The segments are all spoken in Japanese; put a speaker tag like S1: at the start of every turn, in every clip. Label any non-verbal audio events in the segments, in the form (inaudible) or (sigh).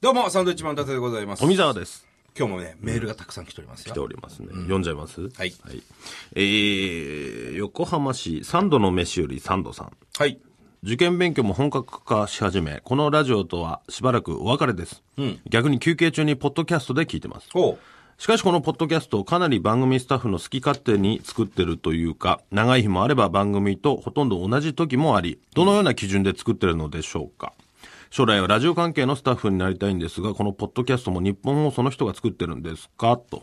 S1: どうも、サンドイッチマン伊達でございます。
S2: 富澤です。
S1: 今日もね、メールがたくさん来ております
S2: 来
S1: よ
S2: て。おりますね。読んじゃいますはいえー、横浜市三度の飯より三度さん。
S1: はい。
S2: 受験勉強も本格化し始め、このラジオとはしばらくお別れです。逆に休憩中にポッドキャストで聞いてます。
S1: おう
S2: しかしこのポッドキャストをかなり番組スタッフの好き勝手に作ってるというか、長い日もあれば番組とほとんど同じ時もあり、どのような基準で作ってるのでしょうか。将来はラジオ関係のスタッフになりたいんですが、このポッドキャストも日本放送の人が作ってるんですかと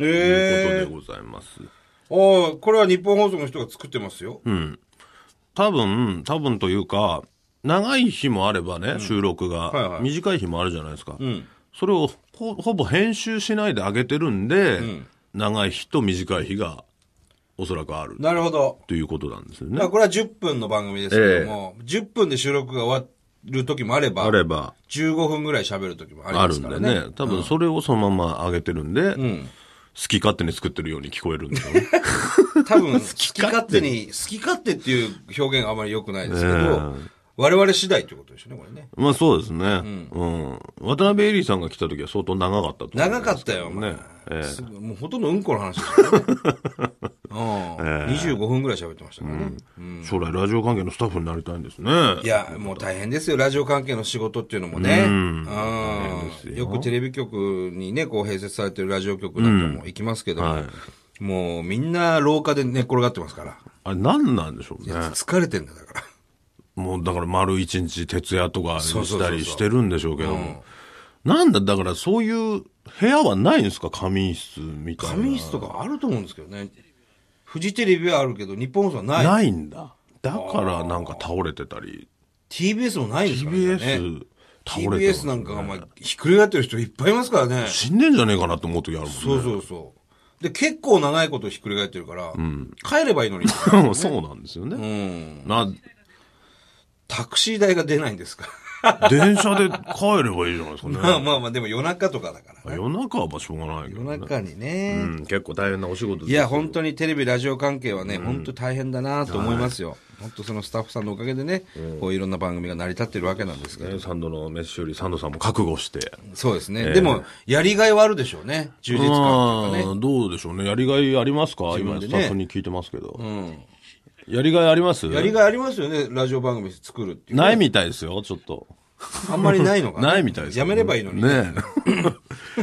S2: いう
S1: え
S2: ことでございます。
S1: ー、おうこれは日本放送の人が作ってますよ。
S2: 多分、多分というか、長い日もあればね、収録が、
S1: はいはい
S2: 短い日もあるじゃないですか。それをほほぼ編集しないで上げてるんで、長い日と短い日がおそらくある
S1: なるほど。
S2: ということなんですよ
S1: だから
S2: ね。
S1: これは10分の番組ですけども、10分で収録が終わる時もあれば、
S2: あれば、
S1: 15分ぐらい喋る時もあり
S2: あ
S1: ま
S2: る
S1: す
S2: ん
S1: から
S2: で
S1: ね。
S2: ね。多分それをそのまま上げてるんで、
S1: ん
S2: 好き勝手に作ってるように聞こえるんだ
S1: (laughs)
S2: よね。
S1: 多
S2: (laughs)
S1: 分、好き
S2: 勝手
S1: 勝手に、好き勝手っていう表現があまり良くないですけど、
S2: うん
S1: 我々次第ということですよね、これね。
S2: まあそうですね。うん。渡辺恵里さんが来た時は相当長かったと思います
S1: 長かったよ、お前
S2: ね。ええ
S1: すごいもうほとんどうんこの話でした
S2: (laughs)
S1: ね。うん、25分ぐらい喋ってましたからね。
S2: 将来ラジオ関係のスタッフになりたいんですね。
S1: いや、もう大変ですよ。ラジオ関係の仕事っていうのもね。うん。
S2: ですよ
S1: よくテレビ局にね、こう併設されてるラジオ局なんかも行きますけども、
S2: はい
S1: もうみんな廊下で寝転がってますから。
S2: あれ何なんでしょうね。
S1: 疲れてんだ、だから。
S2: もうだから丸一日徹夜とか
S1: そうそ
S2: し
S1: うそう
S2: た
S1: そう
S2: りしてるんでしょうけども。なんだ、だからそういう部屋はないんですか仮眠室みたいな。
S1: 仮眠室とかあると思うんですけどね。フジテレビはあるけど、日本放送はない。
S2: ないんだ。だからなんか倒れてたり。
S1: TBS もないですからね。
S2: TBS 倒れてますね
S1: TBS なんかがまあひっくり返ってる人いっぱいいますからね。
S2: 死んでんじゃねえかなって思う時あるもんね。
S1: そうそうそう。で、結構長いことひっくり返ってるから、帰ればいいのに。
S2: そう。なんですよね。
S1: うん。
S2: な、
S1: タクシー代が出ないんですか。
S2: 電車で帰ればいいじゃないですかね。
S1: (laughs) まあまあまあ、でも夜中とかだから。
S2: 夜中はまあしょうがないけど
S1: 夜
S2: ね。
S1: 中に
S2: う
S1: ね。
S2: ん、結構大変なお仕事です
S1: いや、本当にテレビ、ラジオ関係はね、本当大変だなと思いますよ。本当そのスタッフさんのおかげでね、こういろんな番組が成り立ってるわけなんですけど。
S2: ね、サンドの飯よりサンドさんも覚悟して。
S1: そうですね。
S2: え
S1: でも、やりがいはあるでしょうね。充実感というかね。
S2: うんどうでしょうね。やりがいありますか、
S1: 分
S2: 今
S1: でね
S2: スタッフに聞いてますけど。やりがいあります
S1: やりがいありますよね、ラジオ番組作るっていう。
S2: ないみたいですよ、ちょっと。
S1: あんまりないのかな。
S2: (laughs) ないみたいですよ
S1: やめればいいのに。
S2: ね
S1: (laughs)
S2: え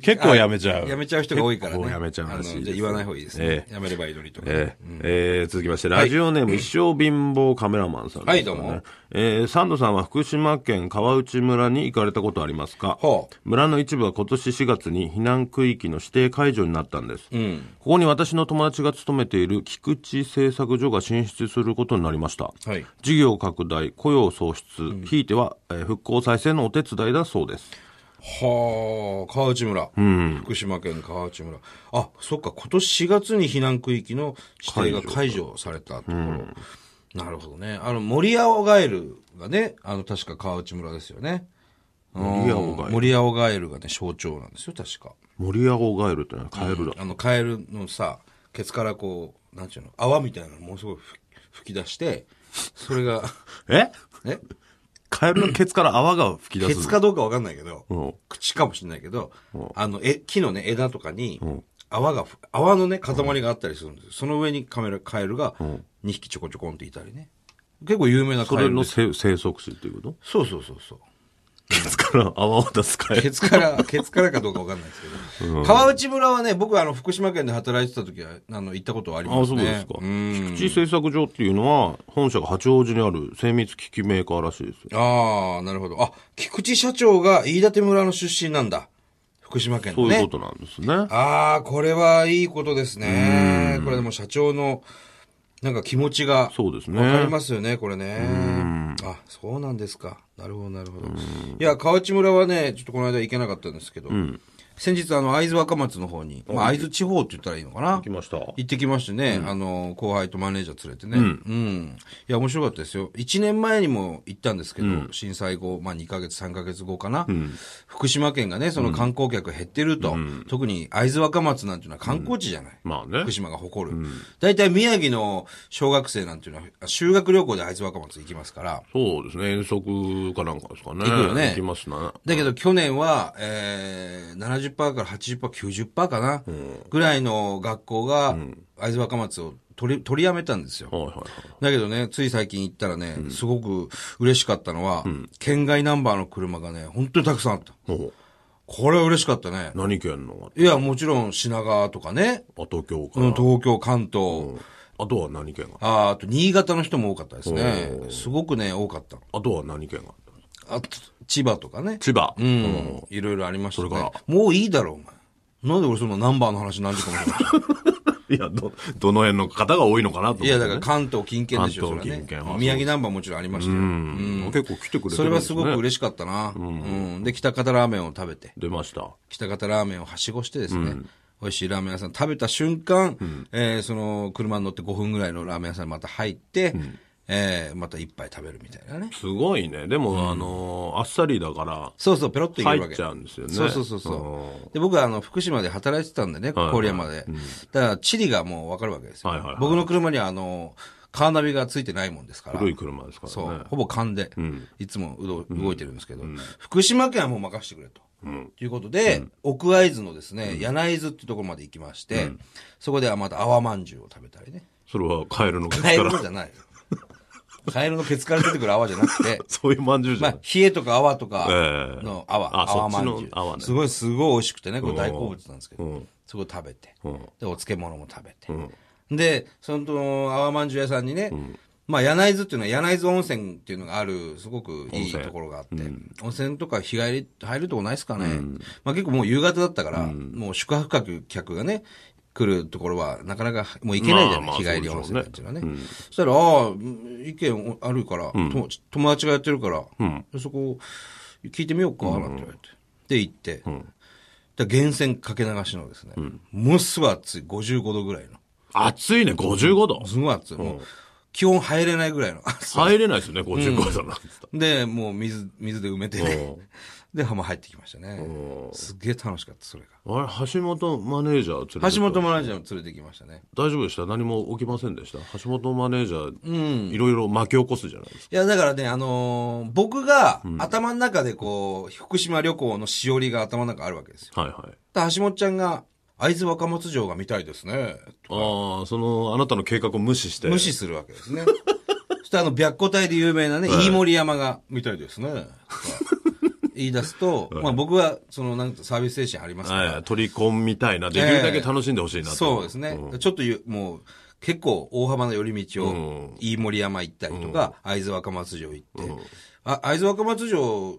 S2: 結構やめちゃう。
S1: やめちゃう人が多いからね。
S2: 結構やめちゃうらしい
S1: あ
S2: で
S1: のじ
S2: す
S1: ゃあ言わない方がいいですね。やめればいいのにとか。
S2: えーえー続きまして、ラジオネーム、一生貧乏カメラマンさんです、ね。
S1: はいどうも。
S2: えーサンドさんは福島県川内村に行かれたことありますか
S1: ほう
S2: 村の一部は今年4月に避難区域の指定解除になったんです。ここに私の友達が勤めている菊池製作所が進出することになりました。
S1: はい
S2: 事業拡大、雇用創出、ひいては、えー復興再生のお手伝いだそうです。
S1: はあ、川内村。福島県川内村。あ、そっか、今年4月に避難区域の指定が解除されたところ。なるほどね。あの、森青ガエルがね、あの、確か川内村ですよね。
S2: 森青ガ
S1: う
S2: エル
S1: ん森青ガエルがね、象徴なんですよ、確か。
S2: 森屋ゴガエルってのはカエルだ。
S1: あの、カエルのさ、ケツからこう、なんていうの、泡みたいなのものすごい吹き吹き出して、それが、 (laughs)
S2: え
S1: え
S2: カエルのケツから泡が吹き出
S1: ケ
S2: す。
S1: ツかどうかわかんないけど、
S2: うん
S1: 口かもしれないけど、あの、え、木のね、枝とかに、泡がふ、泡のね、塊があったりするんですよ。その上にカメラ、カエルが、2匹ちょこちょこんっていたりね。結構有名な
S2: そ
S1: カエ
S2: れ
S1: ルで
S2: の
S1: す。
S2: 生生息地っていうこと
S1: そうそうそうそう。
S2: ケツから泡を出すか
S1: ケ
S2: い。
S1: ツ
S2: (laughs)
S1: から、ケツからかどうかわかんないですけど。川内村はね、僕あの、福島県で働いてた時は、あの、行ったことはあり
S2: あ
S1: ま
S2: あ、
S1: す
S2: そう
S1: ね。
S2: ですか。
S1: ん
S2: 菊池製作所っていうのは、本社が八王子にある精密機器メーカーらしいですよ。
S1: ああ、なるほど。あ、菊池社長が飯舘村の出身なんだ。福島県
S2: そ
S1: の
S2: う
S1: ね。
S2: いうことなんですね。
S1: ああ、これはいいことですね。これでも社長の、なんか気持ちが、
S2: そうですね。
S1: わかりますよね、これね。あ、そうなんですか。なるほど、なるほど。いや、河内村はね、ちょっとこの間行けなかったんですけど、先日、あの、会津若松の方に、まあ、会津地方って言ったらいいのかな
S2: 来。ました。
S1: 行ってきましてね、あの、後輩とマネージャー連れてね。うん。いや、面白かったですよ。1年前にも行ったんですけど、震災後、まあ2ヶ月、3ヶ月後かな。福島県がね、その観光客減ってると。特に会津若松なんていうのは観光地じゃない。
S2: まあね
S1: 福。島が誇る。大体宮城の小学生なんていうのは、修学旅行で会津若松行きますから。
S2: そうですね。遠足かなんかですか
S1: 行
S2: ね。
S1: くよね
S2: 行きますな。
S1: だけど去年は、えー、70%から80%、90%かな、ぐらいの学校が、会津若松を取り、取りやめたんですよ。
S2: はいはいはい。
S1: だけどね、つい最近行ったらね、すごく嬉しかったのは、県外ナンバーの車がね、本当にたくさんあった。
S2: おう
S1: これは嬉しかったね。
S2: 何県の
S1: いや、もちろん品川とかね、
S2: あ、東京
S1: う
S2: か
S1: ん
S2: な。
S1: 東京、関東、
S2: あとは何県が
S1: あーあと新潟の人も多かったですね。すごくね、多かった。
S2: あとは何県が
S1: あと、千葉とかね。
S2: 千葉。 (laughs)
S1: うん、いろいろありましたね。
S2: それから
S1: もういいだろ、お前。なんで俺そんなナンバーの話何時間もやるの
S2: いや、ど、どの辺の方が多いのかなと思っ
S1: (laughs)
S2: て
S1: い
S2: ね。
S1: や、だから関東近県でしょ、そ
S2: 関
S1: れは
S2: 東近
S1: ね
S2: 県あそう。
S1: 宮城ナンバーもちろんありましたよ。
S2: うん結構来てくれて
S1: それ
S2: るんで
S1: は
S2: す
S1: す
S2: ね。
S1: ごく嬉しかったな。うん。で、北方ラーメンを食べて、
S2: 出ました。
S1: 北方ラーメンをはしごしてですね、美味しいラーメン屋さん食べた瞬間、えーその、車に乗って5分ぐらいのラーメン屋さんにまた入って、えーまた一杯食べるみたいなね。
S2: すごいね。でも、あのー、あっさりだから、
S1: そうそう、ペロッといけるわ
S2: 入っ
S1: け
S2: ち。ゃうんですよね。
S1: そうそうそうそう。で、僕はあの、福島で働いてたんでね、
S2: はい
S1: 郡山で。だから、地理がもうわかるわけですよ
S2: はいはいはい。
S1: 僕の車にはあの、カーナビがついてないもんですから。
S2: 古い車ですからね。
S1: そう。ほぼ勘で、いつもうど動いてるんですけど、福島県はもう任せてくれと。ということで、奥会津のですね、柳津っていうところまで行きまして、そこではまた泡まんじゅうを食べたりね。
S2: (laughs) それはカエルの口
S1: カエ
S2: か
S1: ル
S2: ら。
S1: じゃない。カエルのケツから出てくる泡じゃなくて、
S2: (laughs) そういうまんじゅうじ
S1: ま
S2: ゃ
S1: あ
S2: ない。、
S1: 冷えとか泡とか
S2: ええ
S1: の泡、
S2: あ
S1: 泡
S2: そ
S1: ま
S2: っち
S1: ん
S2: の
S1: じゅう
S2: 泡ね
S1: すごい、すごい美味しくてね、これ大好物なんですけど、
S2: うん
S1: そこ食べて、
S2: うん
S1: で、お漬物も食べて、
S2: ん
S1: で、その、泡まんじゅう屋さんにね、まあ、柳津っていうのは、柳津温泉っていうのがある、すごくいいところがあって、温泉とか日帰り、入るとこないですかね。まあ、結構もう夕方だったから、もう宿泊客客がね、来るところは、なかなか、もう行けないじゃない、
S2: まあまあ
S1: 日帰り温
S2: そうでしょう
S1: 泉
S2: ね
S1: っていうのはね。そしたら、ああ、意見あるから、と友達がやってるから、そこ、聞いてみようか、なんて言われて。で、行って、で源泉かけ流しのですね、ものすごい熱い、55度ぐらいの。
S2: 暑いね、55度。
S1: すごい熱い。もう、気温入れないぐらいの。 (laughs)
S2: 入れないですよね、55度なんて。
S1: で、もう水、水で埋めて、 (laughs) で、浜入ってきましたね。すげえ楽しかった、それが。
S2: あれ、橋本マネージャー連れてった
S1: 橋本マネージャーも連れてきましたね。
S2: 大丈夫でした何も起きませんでした橋本マネージャー、いろいろ巻き起こすじゃないです
S1: い
S2: か。
S1: や、だからね、あのー僕が頭の中でこう、福島旅行のしおりが頭の中あるわけですよ。
S2: はいはい。
S1: だ橋本ちゃんが、会津若松城が見たいですね。
S2: ああ、その、あなたの計画を無視して。
S1: 無視するわけです
S2: (laughs)
S1: ね。そしてあの、白虎隊で有名なね、飯盛山が見たいですね。とか言い出すと、まあ僕は、その、なんかサービス精神ありますから、
S2: はい、取り込みたいな。できるだけ楽しんでほしいなと、
S1: そうですね。ちょっとゆもう、結構大幅な寄り道を、飯盛山行ったりとか、会津若松城行って、あ、会津若松城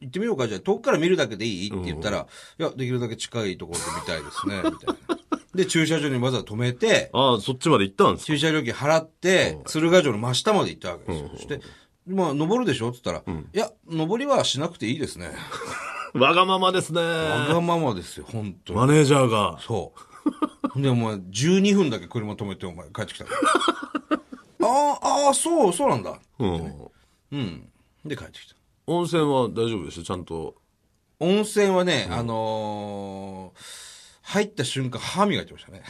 S1: 行ってみようか、じゃあ遠くから見るだけでいいって言ったら、いや、できるだけ近いところで見たいですね、みたいな。で、駐車場にわざわざ止めて、
S2: ああ、そっちまで行ったんですか
S1: 駐車料金払って、鶴ヶ城の真下まで行ったわけですよ。そして、まあ、登るでしょって言ったら、いや、登りはしなくていいですね。
S2: わがままですね。
S1: わがままですよ、本当に。
S2: マネージャーが。
S1: そう。で、お前、12分だけ車止めて、お前、帰ってきたから。ああ、ああ、そう、そうなんだ。
S2: うん。
S1: うん。で、帰ってきた。
S2: 温泉は大丈夫でしたちゃんと。
S1: 温泉はね、あのー入った瞬間、歯磨いてま (laughs) したね。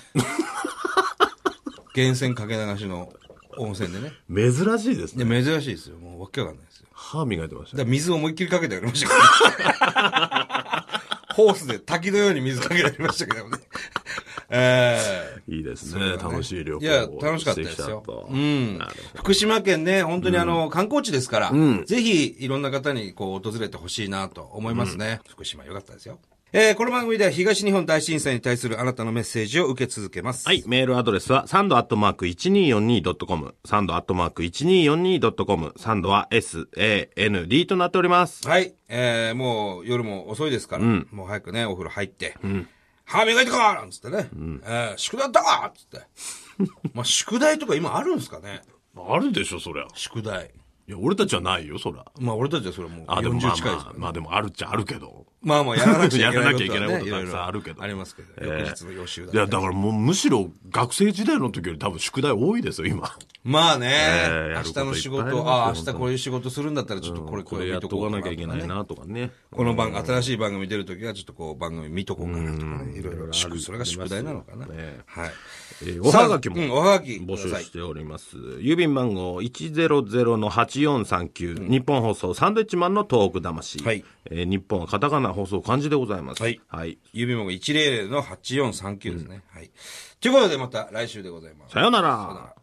S1: 源泉かけ流しの温泉でね。
S2: 珍しいです
S1: で、
S2: ね。
S1: 珍しいですよ。もう、わけわかんないですよ。
S2: 歯磨いてました
S1: だから
S2: ね。
S1: 水を思いっきりかけてやりましたけ (laughs) ど。ホースで滝のように水かけてやりましたけどね。ええ
S2: いいですね。楽しい旅行を
S1: いや、楽しかったです
S2: てき
S1: よ
S2: たと。
S1: うん
S2: なるほ。
S1: 福島県ね、本当にあの、観光地ですから、ぜひいろんな方にこう、訪れてほしいなと思いますね。福島良かったですよ。えーこの番組では東日本大震災に対するあなたのメッセージを受け続けます。
S2: はい。。メールアドレスは、サンドアットマーク 1242.com。サンドアットマーク 1242.com。サンドは SAND となっております。
S1: はい。えーもう夜も遅いですから、もう早くね、お風呂入って、歯磨いてこーなんつってね、えー宿題だーっつって。 (laughs) まあ、宿題とか今あるんですかね
S2: あるでしょ、そりゃ。
S1: 宿題。
S2: いや、俺たちはないよ、そりゃ。
S1: まあ、俺たちはそれはもう
S2: あ、でもま
S1: 40
S2: あ
S1: 近い
S2: ま
S1: です
S2: あ
S1: か、らね
S2: まあでもあるっちゃあるけど。
S1: まあまあ、やらなくちゃいけないことは、ね、
S2: (laughs) やらなきゃいけないことたく
S1: い
S2: さん
S1: ろいろ
S2: あるけど
S1: ありますけど、翌
S2: ええ
S1: 日の予習だ、
S2: いや、だからもうむしろ学生時代の時より多分宿題多いですよ、今。
S1: まあね、
S2: ええやる
S1: 明
S2: こ
S1: 日
S2: と
S1: の
S2: いっぱいあり
S1: 仕
S2: ますよ
S1: 事、ああ、
S2: 本
S1: 明
S2: 当
S1: 日こういう仕事するんだったら、ちょっとこれ、
S2: こ
S1: これ
S2: れや
S1: 見
S2: っ
S1: と
S2: と
S1: こう
S2: か
S1: か
S2: な
S1: な
S2: きゃいけないなとかね。
S1: この番、新しい番組出るときは、ちょっとこう、番組見とこうかなとかね、いろいろ、宿それが宿題なのかな。
S2: ありますよね
S1: はい。
S2: えーおはがき
S1: さあうん、
S2: も
S1: おはがき
S2: 募
S1: く
S2: 集
S1: ださい。
S2: しております。郵便番号100-8439、日本放送サンドイッチマンのトーク魂。
S1: はい
S2: えー日本はカタカナ放送漢字でございます。
S1: はい
S2: はい。
S1: 郵便番号100-8439ですね。はい。ということで、また来週でございます。
S2: さようなら。